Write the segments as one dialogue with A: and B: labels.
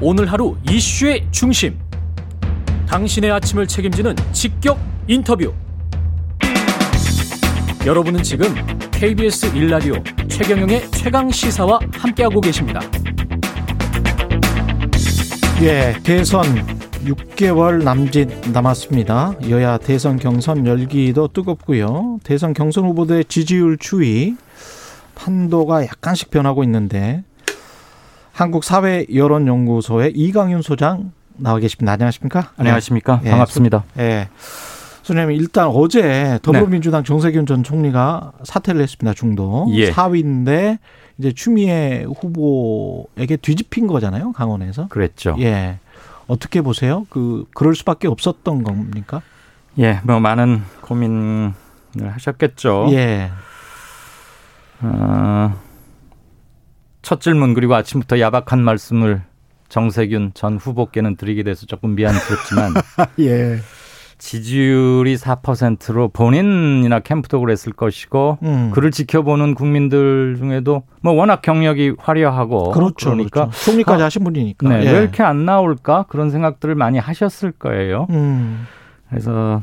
A: 오늘 하루 이슈의 중심. 당신의 아침을 책임지는 직격 인터뷰. 여러분은 지금 KBS 일라디오 최경영의 최강 시사와 함께하고 계십니다.
B: 예, 대선 6개월 남짓 남았습니다. 여야 대선 경선 열기도 뜨겁고요. 대선 경선 후보들의 지지율 추이 판도가 약간씩 변하고 있는데 한국 사회 여론 연구소의 이강윤 소장 나와 계십니다. 안녕하십니까?
C: 네, 안녕하십니까?
B: 예,
C: 반갑습니다.
B: 예. 소장님 일단 어제 더불어민주당 정세균 전 총리가 사퇴를 했습니다. 중도
C: 네. 예.
B: 4위인데 이제 추미애 후보에게 뒤집힌 거잖아요. 강원에서.
C: 그랬죠. 예.
B: 예. 어떻게 보세요? 그 그럴 수밖에 없었던 겁니까?
C: 뭐 많은 고민을 하셨겠죠.
B: 예.
C: 어, 첫 질문 그리고 아침부터 야박한 말씀을 정세균 전 후보께는 드리게 돼서 조금 미안스럽지만
B: 예.
C: 지지율이 4%로 본인이나 캠프톡을 했을 것이고
B: 음.
C: 그를 지켜보는 국민들 중에도 뭐 워낙 경력이 화려하고
B: 그렇죠.
C: 러니까
B: 그렇죠. 총리까지
C: 아,
B: 하신 분이니까. 예.
C: 왜 이렇게 안 나올까 그런 생각들을 많이 하셨을 거예요.
B: 음.
C: 그래서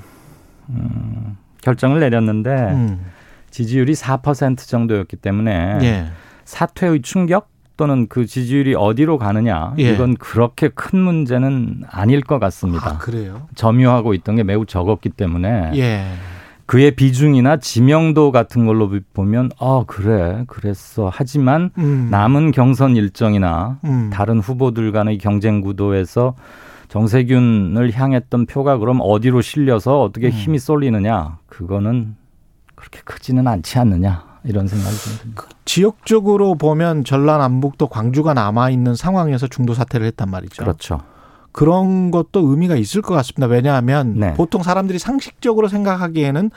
C: 음, 결정을 내렸는데
B: 음.
C: 지지율이 4% 정도였기 때문에
B: 예.
C: 사퇴의 충격 또는 그 지지율이 어디로 가느냐
B: 예.
C: 이건 그렇게 큰 문제는 아닐 것 같습니다. 네.
B: 아, 그래요?
C: 점유하고 있던 게 매우 적었기 때문에
B: 예.
C: 그의 비중이나 지명도 같은 걸로 보면 어 그래 그랬어 하지만
B: 음.
C: 남은 경선 일정이나
B: 음.
C: 다른 후보들 간의 경쟁 구도에서 정세균을 향했던 표가 그럼 어디로 실려서
B: 음.
C: 어떻게 힘이 쏠리느냐 그거는 그렇게 크지는 않지 않느냐 이런 생각이 좀 듭니다.
B: 지역적으로 보면 전라남북도 광주가 남아 있는 상황에서 중도 사퇴를 했단 말이죠.
C: 그렇죠.
B: 그런 것도 의미가 있을 것 같습니다. 왜냐하면
C: 네.
B: 보통 사람들이 상식적으로 생각하기에는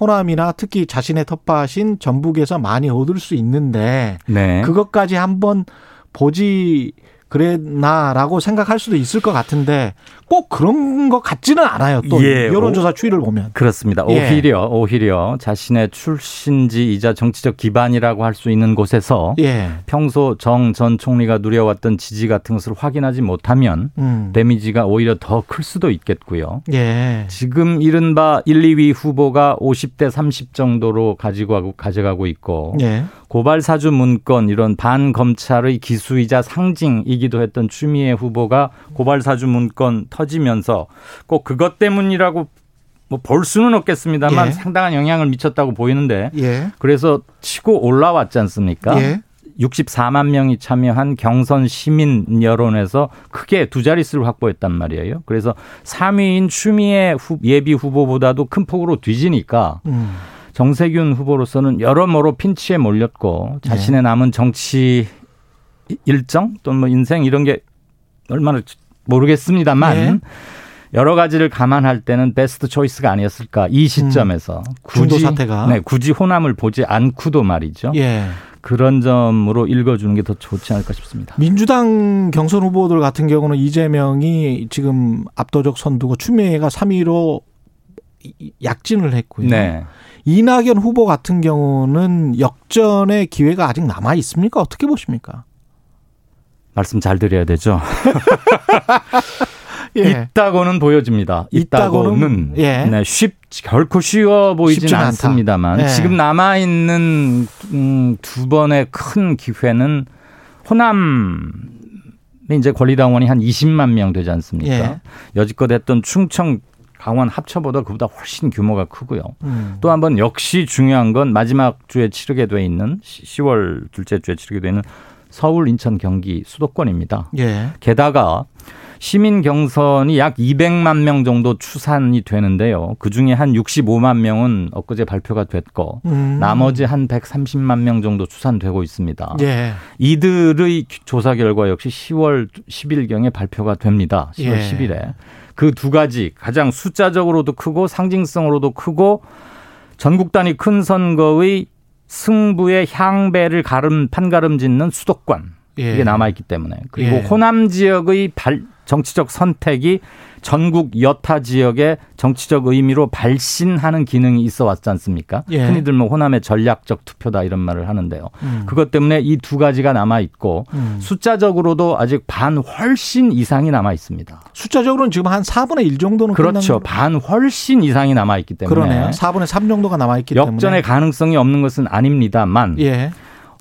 B: 호남이나 특히 자신의 텃밭인 전북에서 많이 얻을 수 있는데
C: 네.
B: 그것까지 한번 보지 그랬나라고 생각할 수도 있을 것 같은데 꼭 그런 것 같지는 않아요. 또
C: 예,
B: 여론조사 추이를 보면
C: 그렇습니다.
B: 예.
C: 오히려 오히려 자신의 출신지이자 정치적 기반이라고 할 수 있는 곳에서
B: 예,
C: 평소 정 전 총리가 누려왔던 지지 같은 것을 확인하지 못하면
B: 음,
C: 데미지가 오히려 더 클 수도 있겠고요.
B: 예,
C: 지금 이른바 1, 2위 후보가 50대 30 정도로 가지고 가고- 가져가고 있고
B: 예,
C: 고발 사주 문건 이런 반 검찰의 기수이자 상징이기도 했던 추미애 후보가 고발 사주 문건 터지면서 꼭 그것 때문이라고 뭐 볼 수는 없겠습니다만
B: 예.
C: 상당한 영향을 미쳤다고 보이는데
B: 예,
C: 그래서 치고 올라왔지 않습니까?
B: 예,
C: 64만 명이 참여한 경선 시민 여론에서 크게 두 자릿수를 확보했단 말이에요. 그래서 3위인 추미애 후- 예비 후보보다도 큰 폭으로 뒤지니까
B: 음,
C: 정세균 후보로서는 여러모로 핀치에 몰렸고
B: 네.
C: 자신의 남은 정치 이- 일정 또는 뭐 인생 이런 게 얼마나 모르겠습니다만
B: 예.
C: 여러 가지를 감안할 때는 베스트 초이스가 아니었을까 이 시점에서
B: 음. 중도 사태가.
C: 네, 굳이 호남을 보지 않고도 말이죠.
B: 예.
C: 그런 점으로 읽어주는 게 더 좋지 않을까 싶습니다.
B: 민주당 경선 후보들 같은 경우는 이재명이 지금 압도적 선두고 추미애가 3위로 약진을 했고요.
C: 네.
B: 이낙연 후보 같은 경우는 역전의 기회가 아직 남아 있습니까? 어떻게 보십니까?
C: 말씀 잘 드려야 되죠. 있다고는 보여집니다.
B: 예. 있다고는,
C: 있다고는.
B: 예.
C: 네, 쉽, 결코 쉬워 보이진
B: 쉽진 않다.
C: 않습니다만
B: 예.
C: 지금 남아있는 음, 두 번의 큰 기회는 호남 이제 권리당원이 한 20만 명 되지 않습니까?
B: 예.
C: 여지껏 했던 충청 강원 합쳐보다 그보다 훨씬 규모가 크고요.
B: 음.
C: 또 한 번 역시 중요한 건 마지막 주에 치르게 돼 있는 10월 둘째 주에 치르게 되는 서울, 인천, 경기 수도권입니다.
B: 예.
C: 게다가 시민 경선이 약 200만 명 정도 추산이 되는데요. 그 중에 한 65만 명은 엊그제 발표가 됐고
B: 음.
C: 나머지 한 130만 명 정도 추산되고 있습니다.
B: 예.
C: 이들의 조사 결과 역시 10월 10일경에 발표가 됩니다. 10월
B: 예.
C: 10일에. 그 두 가지 가장 숫자적으로도 크고 상징성으로도 크고 전국 단위 큰 선거의 승부의 향배를 가름 판가름 짓는 수도권
B: 예.
C: 이게 남아 있기 때문에 그리고
B: 예.
C: 호남 지역의 발 정치적 선택이 전국 여타 지역의 정치적 의미로 발신하는 기능이 있어 왔지 않습니까?
B: 예.
C: 흔히들 뭐 호남의 전략적 투표다 이런 말을 하는데요.
B: 음.
C: 그것 때문에 이 두 가지가 남아 있고
B: 음.
C: 숫자적으로도 아직 반 훨씬 이상이 남아 있습니다.
B: 숫자적으로는 지금 한 4분의 1 정도는
C: 그렇죠.
B: 끝난
C: 반 훨씬 이상이 남아 있기 때문에
B: 그러네요. 4분의 3 정도가 남아 있기 때문에
C: 역전의 가능성이 없는 것은 아닙니다만
B: 예.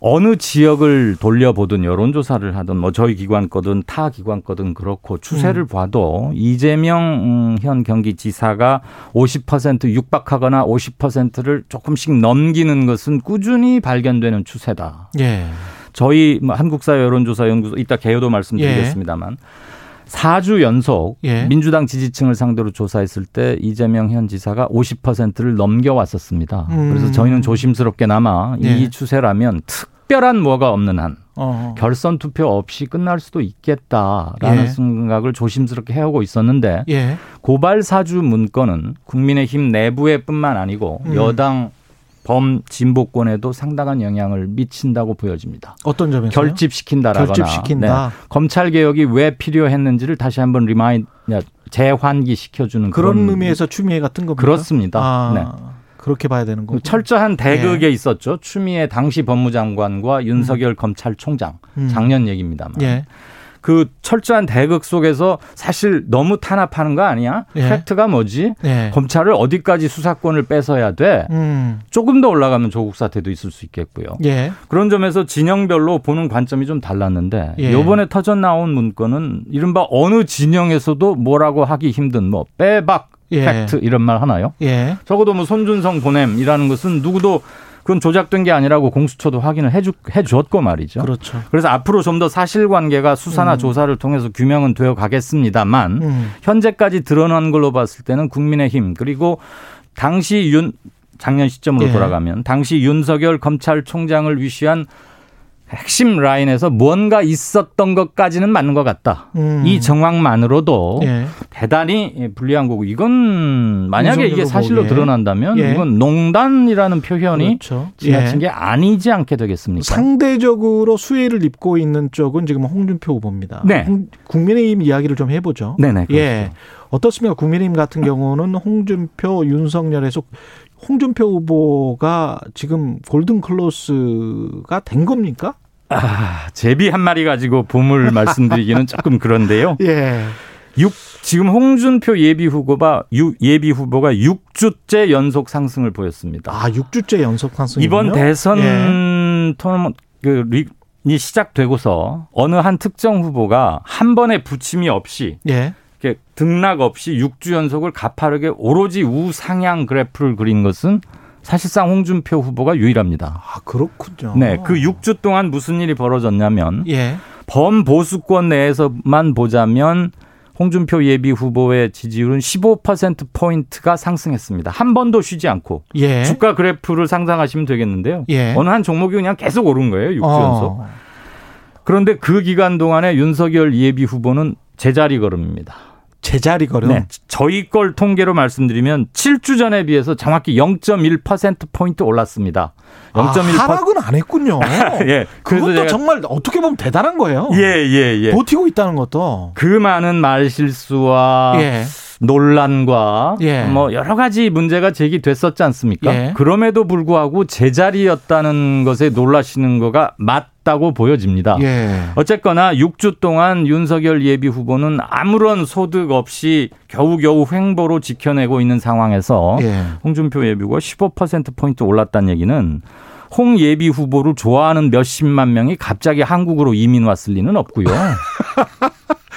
C: 어느 지역을 돌려보든 여론조사를 하든 뭐 저희 기관 거든 타 기관 거든 그렇고 추세를 봐도 이재명 음, 현 경기지사가 50% 육박하거나 50%를 조금씩 넘기는 것은 꾸준히 발견되는 추세다.
B: 예.
C: 저희 뭐 한국사회 여론조사 연구소 이따 개요도 말씀드리겠습니다만 사 4주 연속
B: 예.
C: 민주당 지지층을 상대로 조사했을 때 이재명 현 지사가 50%를 넘겨왔었습니다.
B: 음.
C: 그래서 저희는 조심스럽게나마
B: 예.
C: 이 추세라면 특별한 뭐가 없는 한
B: 어.
C: 결선 투표 없이 끝날 수도 있겠다라는
B: 예.
C: 생각을 조심스럽게 해오고 있었는데
B: 예.
C: 고발 사주 문건은 국민의힘 내부에뿐만 아니고
B: 음.
C: 여당 범 진보권에도 상당한 영향을 미친다고 보여집니다.
B: 어떤 점에서
C: 결집시킨다라거나 네.
B: 결집시킨다.
C: 검찰 개혁이 왜 필요했는지를 다시 한번 리마인 재환기 시켜주는
B: 그런 의미에서 추미애 같은 겁니까?
C: 그렇습니다.
B: 아, 예.
C: 네.
B: 그렇게 봐야 되는 거고.
C: 철저한 대극에 있었죠. 추미애 당시 법무장관과 윤석열 검찰총장
B: 음.
C: 작년 얘기입니다만
B: 예.
C: 그 철저한 대극 속에서 사실 너무 탄압하는 거 아니야?
B: 예.
C: 팩트가 뭐지?
B: 예.
C: 검찰을 어디까지 수사권을 뺏어야 돼?
B: 음.
C: 조금 더 올라가면 조국 사태도 있을 수 있겠고요.
B: 예.
C: 그런 점에서 진영별로 보는 관점이 좀 달랐는데
B: 예.
C: 요번에 터져 나온 문건은 이른바 어느 진영에서도 뭐라고 하기 힘든 뭐 빼박
B: 예.
C: 팩트 이런 말 하나요?
B: 예.
C: 적어도 뭐 손준성 보냄이라는 것은 누구도 그건 조작된 게 아니라고 공수처도 확인을 해주, 해줬고 말이죠.
B: 그렇죠.
C: 그래서 앞으로 좀 더 사실관계가 수사나 조사를 통해서 규명은 되어 가겠습니다만
B: 음.
C: 현재까지 드러난 걸로 봤을 때는 국민의힘 그리고 당시 윤 작년 시점으로
B: 예.
C: 돌아가면 당시 윤석열 검찰총장을 위시한 핵심 라인에서 뭔가 있었던 것까지는 맞는 것 같다.
B: 음.
C: 이 정황만으로도
B: 예.
C: 대단히 불리한 거고 이건 만약에 이게
B: 윤석열
C: 사실로
B: 후보의.
C: 드러난다면
B: 뭐, 예.
C: 이건 농단이라는 표현이
B: 그렇죠.
C: 지나친
B: 예.
C: 게 아니지 않게 되겠습니까?
B: 상대적으로 수혜를 입고 있는 쪽은 지금 홍준표 후보입니다.
C: 네.
B: 홍- 국민의힘 이야기를 좀 해보죠.
C: 네네. 그렇죠.
B: 예. 어떻습니까? 국민의힘 같은 경우는 홍준표, 윤석열에서 홍준표 후보가 지금 골든 클로스가 된 겁니까?
C: 아, 제비 한 마리 가지고 보물 말씀드리기는 조금 그런데요.
B: 예.
C: 육 지금 홍준표 예비 후보가 유- 예비 후보가 6주째 연속 상승을 보였습니다.
B: 아, 6주째 연속 상승.
C: 이번 대선
B: 예.
C: 토너먼트 그 리- 이 시작되고서 어느 한 특정 후보가 한 번의 부침이 없이
B: 예.
C: 이렇게 등락 없이 6주 연속을 가파르게 오로지 우상향 그래프를 그린 것은 사실상 홍준표 후보가 유일합니다.
B: 아, 그렇군요.
C: 네, 그 6주 동안 무슨 일이 벌어졌냐면
B: 예.
C: 범보수권 내에서만 보자면 홍준표 예비 후보의 지지율은 15%포인트가 상승했습니다. 한 번도 쉬지 않고.
B: 예.
C: 주가 그래프를 상상하시면 되겠는데요.
B: 예.
C: 어느 한 종목이 그냥 계속 오른 거예요. 6주
B: 어.
C: 연속. 그런데 그 기간 동안에 윤석열 예비 후보는 제자리 걸음입니다.
B: 제자리 걸음.
C: 네. 저희 걸 통계로 말씀드리면 7주 전에 비해서 정확히 0.1%포인트 올랐습니다.
B: 아,
C: 0.1%.
B: 하락은 안 했군요.
C: 예. 그래서
B: 그것도 뭐
C: 제가
B: 정말 어떻게 보면 대단한 거예요.
C: 예, 예, 예.
B: 버티고 있다는 것도.
C: 그 많은 말 실수와
B: 예.
C: 논란과
B: 예.
C: 뭐 여러 가지 문제가 제기됐었지 않습니까?
B: 예.
C: 그럼에도 불구하고 제자리였다는 것에 놀라시는 거가 맞다고 보여집니다.
B: 예.
C: 어쨌거나 6주 동안 윤석열 예비 후보는 아무런 소득 없이 겨우겨우 횡보로 지켜내고 있는 상황에서
B: 예.
C: 홍준표 예비가 15%포인트 올랐다는 얘기는 홍 예비 후보를 좋아하는 몇십만 명이 갑자기 한국으로 이민 왔을 리는 없고요.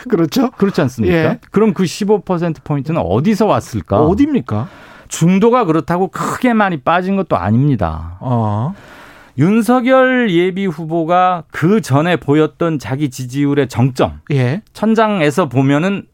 B: 그렇죠?
C: 그렇지 않습니까?
B: 예.
C: 그럼 그 15%포인트는 어디서
B: 아.
C: 왔을까?
B: 어디입니까?
C: 중도가 그렇다고 크게 많이 빠진 것도 아닙니다.
B: 어.
C: 윤석열 예비 후보가 그 전에 보였던 자기 지지율의 정점,
B: 예.
C: 천장에서 보면은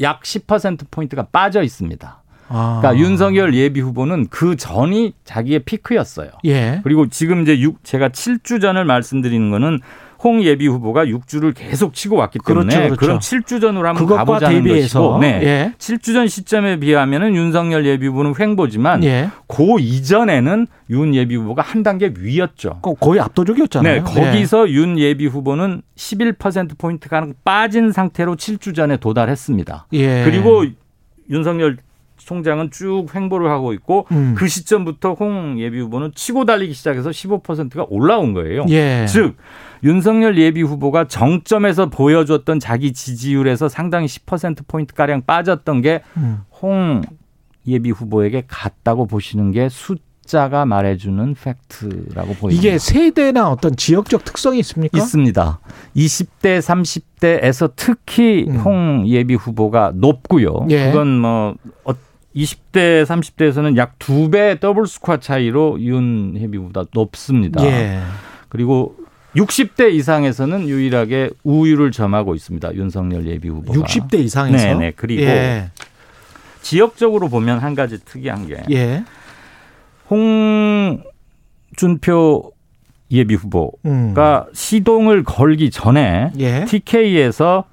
C: 약 10%포인트가 빠져 있습니다.
B: 아.
C: 그러니까 윤석열 예비 후보는 그 전이 자기의 피크였어요.
B: 예.
C: 그리고 지금 이제 육 제가 7주 전을 말씀드리는 거는 홍 예비 후보가 6주를 계속 치고 왔기 때문에
B: 그렇죠, 그렇죠.
C: 그럼 7주 전으로 한번
B: 그것과
C: 가보자는
B: 대비해서
C: 것이고 네.
B: 예.
C: 7주 전 시점에 비하면은 윤석열 예비 후보는 횡보지만
B: 예.
C: 그 이전에는 윤 예비 후보가 한 단계 위였죠.
B: 거- 거의 압도적이었잖아요.
C: 네, 거기서 윤 예비 후보는 11% 포인트 가량 빠진 상태로 7주 전에 도달했습니다.
B: 예. 예.
C: 그리고 윤석열 총장은 쭉 횡보를 하고 있고
B: 음.
C: 그 시점부터 홍 예비 후보는 치고 달리기 시작해서 15%가 올라온 거예요.
B: 예.
C: 즉 윤석열 예비 후보가 정점에서 보여줬던 자기 지지율에서 상당히 10% 포인트 가량 빠졌던
B: 음.
C: 게 홍 예비 후보에게 갔다고 보시는 게 숫자가 말해주는 팩트라고 보입니다.
B: 이게 세대나 어떤 지역적 특성이 있습니까?
C: 뭐 있습니다. 20대, 30대에서 특히
B: 음.
C: 홍 예비 후보가 높고요.
B: 예.
C: 그건 뭐 어, 20대, 30대에서는 약 두 배 더블 스코어 차이로 윤 예비 후보다 높습니다.
B: 예.
C: 그리고 60대 이상에서는 유일하게 우위를 점하고 있습니다. 윤석열 예비 후보가.
B: 60대 이상에서.
C: 네, 네. 그리고
B: 예.
C: 지역적으로 보면 한 가지 특이한 게
B: 예.
C: 홍준표 예비 후보가
B: 음.
C: 시동을 걸기 전에
B: 예.
C: TK에서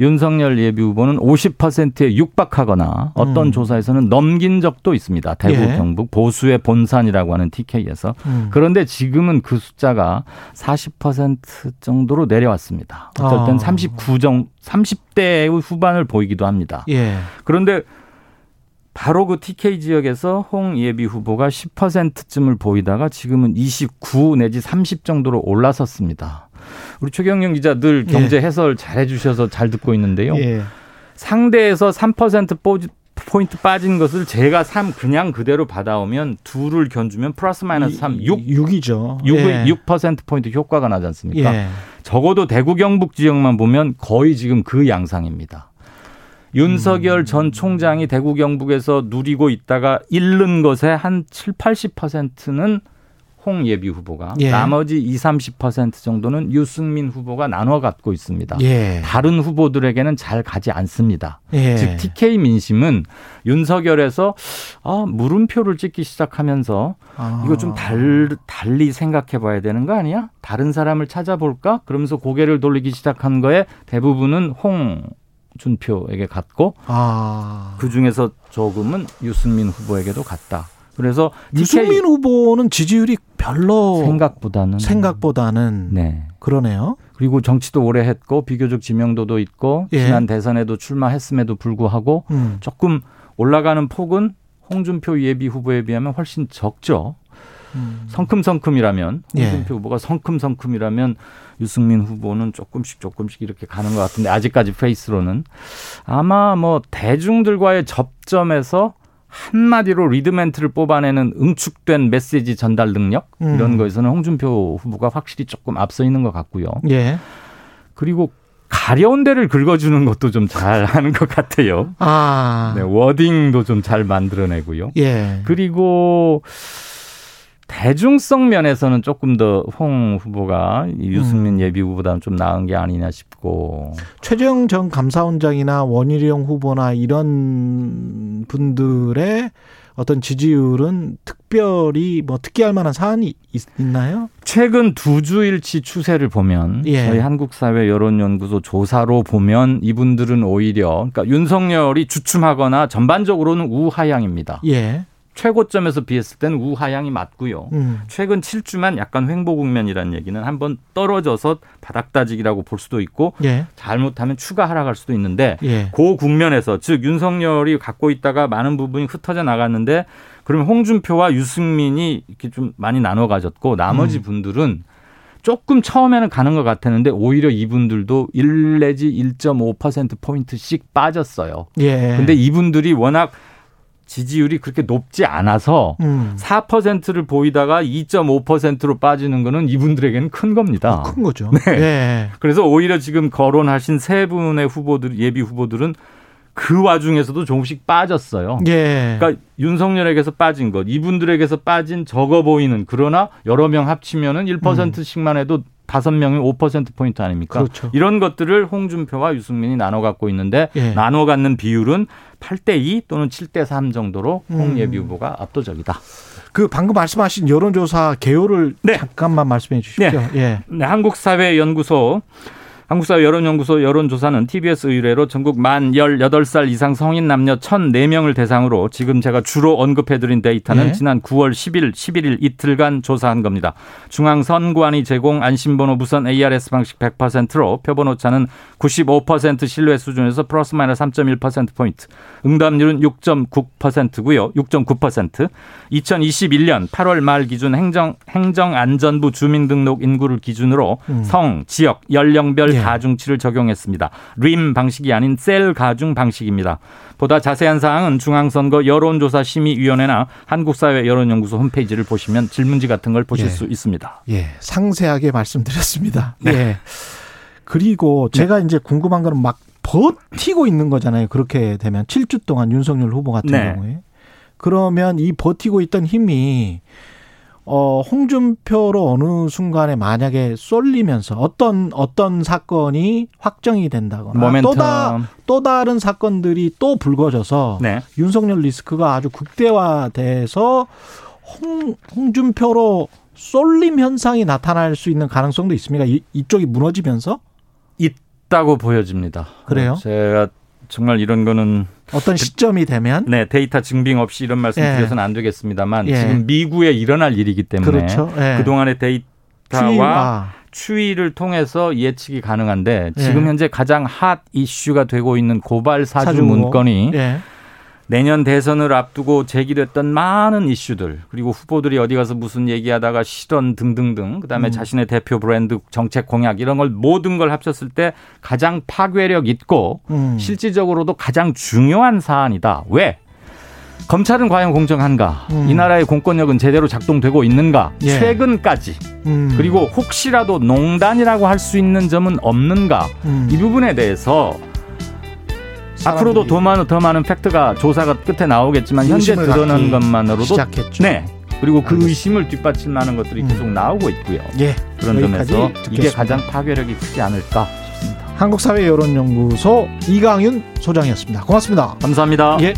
C: 윤석열 예비 후보는 50%에 육박하거나 어떤
B: 음.
C: 조사에서는 넘긴 적도 있습니다. 대구,
B: 예.
C: 경북 보수의 본산이라고 하는 TK에서.
B: 음.
C: 그런데 지금은 그 숫자가 40% 정도로 내려왔습니다. 어떨
B: 아.
C: 땐 39 정, 30대 후반을 보이기도 합니다.
B: 예.
C: 그런데 바로 그 TK 지역에서 홍 예비 후보가 10%쯤을 보이다가 지금은 29 내지 30 정도로 올라섰습니다. 우리 최경영 기자 늘 경제 해설 잘 해주셔서 잘 듣고 있는데요.
B: 네. 예.
C: 상대에서 3% 뽀- 포인트 빠진 것을 제가 3 그냥 그대로 받아오면 둘을 견주면 플러스 마이너스 3, 6,
B: 6이죠.
C: 6, 의 6%포인트 효과가 나지 않습니까?
B: 예.
C: 적어도 대구 경북 지역만 보면 거의 지금 그 양상입니다. 윤석열
B: 음.
C: 전 총장이 대구 경북에서 누리고 있다가 잃는 것에 한 7, 80%는 홍 예비 후보가
B: 예.
C: 나머지 2, 30% 정도는 유승민 후보가 나눠 갖고 있습니다.
B: 예.
C: 다른 후보들에게는 잘 가지 않습니다.
B: 예.
C: 아. 즉 TK 민심은 윤석열에서 아, 물음표를 찍기 시작하면서
B: 아.
C: 이거 좀 달, 달리 생각해 봐야 되는 거 아니야? 다른 사람을 찾아볼까? 그러면서 고개를 돌리기 시작한 거에 대부분은 홍준표에게 갔고
B: 아.
C: 그 중에서 조금은 유승민 후보에게도 갔다. 그래서
B: 유승민
C: TK
B: 후보는 지지율이 별로
C: 생각보다는
B: 보다는
C: 네.
B: 그러네요.
C: 그리고 정치도 오래 했고 비교적 지명도도 있고
B: 예.
C: 지난 대선에도 출마했음에도 불구하고
B: 음.
C: 조금 올라가는 폭은 홍준표 예비 후보에 비하면 훨씬 적죠.
B: 음.
C: 성큼성큼이라면
B: 예.
C: 홍준표 후보가 성큼성큼이라면 유승민 후보는 조금씩 조금씩 이렇게 가는 것 같은데 아직까지 페이스로는 아마 뭐 대중들과의 접점에서 한마디로 리드멘트를 뽑아내는 응축된 메시지 전달 능력
B: 음.
C: 이런 거에서는 홍준표 후보가 확실히 조금 앞서 있는 것 같고요.
B: 예.
C: 그리고 가려운 데를 긁어주는 것도 좀 잘 하는 것 같아요.
B: 아.
C: 네, 워딩도 좀 잘 만들어내고요.
B: 예.
C: 그리고 대중성 면에서는 조금 더 홍 후보가 이
B: 음.
C: 유승민 예비 후보보다는 좀 나은 게 아니냐 싶고
B: 최재형 전 감사원장이나 원희룡 후보나 이런 분들의 어떤 지지율은 특별히 뭐 특기할 만한 사안이 있, 나요
C: 최근 두 주일치 추세를 보면
B: 예.
C: 저희 한국사회 여론연구소 조사로 보면 이분들은 오히려 그러니까 윤석열이 주춤하거나 전반적으로는 우하향입니다.
B: 예.
C: 최고점에서 비했을 때는 우하향이 맞고요.
B: 음.
C: 최근 7주만 약간 횡보 국면이라는 얘기는 한번 떨어져서 바닥 다지기라고 볼 수도 있고
B: 예.
C: 잘못하면 추가 하락할 수도 있는데
B: 예.
C: 그 국면에서 즉 윤석열이 갖고 있다가 많은 부분이 흩어져 나갔는데 그러면 홍준표와 유승민이 이렇게 좀 많이 나눠 가졌고 나머지 분들은 조금 처음에는 가는 것 같았는데 오히려 이분들도 1 내지 1.5% 포인트씩 빠졌어요.
B: 예.
C: 근데 이분들이 워낙 지지율이 그렇게 높지 않아서
B: 음.
C: 4%를 보이다가 2.5%로 빠지는 거는 이분들에게는 큰 겁니다.
B: 큰 거죠. 예.
C: 그래서 오히려 지금 거론하신 세 분의 후보들 예비 후보들은 그 와중에서도 조금씩 빠졌어요.
B: 예.
C: 그러니까 윤석열에게서 빠진 것, 이분들에게서 빠진 적어 보이는 그러나 여러 명 합치면은 1%씩만 해도 다섯 명이 5% 포인트 아닙니까?
B: 음. 그렇죠.
C: 이런 것들을 홍준표와 유승민이 나눠 갖고 있는데
B: 예.
C: 나눠 갖는 비율은 8대 2 또는 7대 3 정도로 홍
B: 음.
C: 예비 후보가 압도적이다.
B: 그 방금 말씀하신 여론조사 개요를
C: 네.
B: 잠깐만 말씀해 주십시오. 예.
C: 네, 한국사회연구소 한국사회 여론연구소 여론조사는 TBS 의뢰로 전국 만 18살 이상 성인 남녀 1004명을 대상으로 지금 제가 주로 언급해드린 데이터는
B: 네.
C: 지난 9월 10일, 11일 이틀간 조사한 겁니다. 중앙선관위 제공 안심번호 무선 ARS 방식 100%로 표본 오차는 95% 신뢰 수준에서 플러스 마이너스 3.1%포인트, 응답률은 6.9%고요. 6.9%. 2021년 8월 말 기준 행정 행정안전부 주민등록 인구를 기준으로 성, 지역, 연령별
B: 음. 예.
C: 가중치를 적용했습니다. 림 방식이 아닌 셀 가중 방식입니다. 보다 자세한 사항은 중앙선거 여론조사 심의위원회나 한국사회 여론연구소 홈페이지를 보시면 질문지 같은 걸 보실
B: 예.
C: 수 있습니다.
B: 예. 상세하게 말씀드렸습니다.
C: 네.
B: 예. 그리고 제가 이제 궁금한 거는 막 버티고 있는 거잖아요. 그렇게 되면 7주 동안 윤석열 후보 같은
C: 네.
B: 경우에. 그러면 이 버티고 있던 힘이 어 홍준표로 어느 순간에 만약에 쏠리면서 어떤 어떤 사건이 확정이 된다거나
C: 모멘텀.
B: 또, 다, 또 다른 사건들이 또 불거져서
C: 네.
B: 윤석열 리스크가 아주 극대화돼서 홍, 홍준표로 쏠림 현상이 나타날 수 있는 가능성도 있습니다. 이, 이쪽이 무너지면서
C: 있다고 보여집니다.
B: 그래요?
C: 제가 정말 이런 거는
B: 어떤 시점이 되면
C: 네, 데이터 증빙 없이 이런 말씀
B: 예.
C: 드려서는 안 되겠습니다만
B: 예.
C: 지금 미국에 일어날 일이기 때문에
B: 그렇죠. 예.
C: 그동안의 데이터와
B: 추이와
C: 추이를 통해서 예측이 가능한데 지금
B: 예.
C: 현재 가장 핫 이슈가 되고 있는 고발 사주,
B: 사주 의혹.
C: 문건이
B: 예.
C: 내년 대선을 앞두고 제기됐던 많은 이슈들 그리고 후보들이 어디 가서 무슨 얘기하다가 실언 등등등 그다음에 자신의 대표 브랜드 정책 공약 이런 걸 모든 걸 합쳤을 때 가장 파괴력 있고
B: 음.
C: 실질적으로도 가장 중요한 사안이다. 왜? 검찰은 과연 공정한가?
B: 음.
C: 이 나라의 공권력은 제대로 작동되고 있는가?
B: 예.
C: 최근까지
B: 음.
C: 그리고 혹시라도 농단이라고 할 수 있는 점은 없는가?
B: 음.
C: 이 부분에 대해서
B: 사람들이
C: 앞으로도 더 많은 더 많은 팩트가 조사가 끝에 나오겠지만 현재
B: 의심을 갖기
C: 드러난 것만으로도
B: 시작했죠.
C: 네 그리고 그
B: 알겠습니다.
C: 의심을 뒷받칠 만한 것들이
B: 음.
C: 계속 나오고 있고요.
B: 예.
C: 그런
B: 여기까지
C: 점에서 이게
B: 듣겠습니다.
C: 가장 파괴력이 크지 않을까 싶습니다.
B: 한국사회여론연구소 이강윤 소장이었습니다. 고맙습니다.
C: 감사합니다.
B: 예.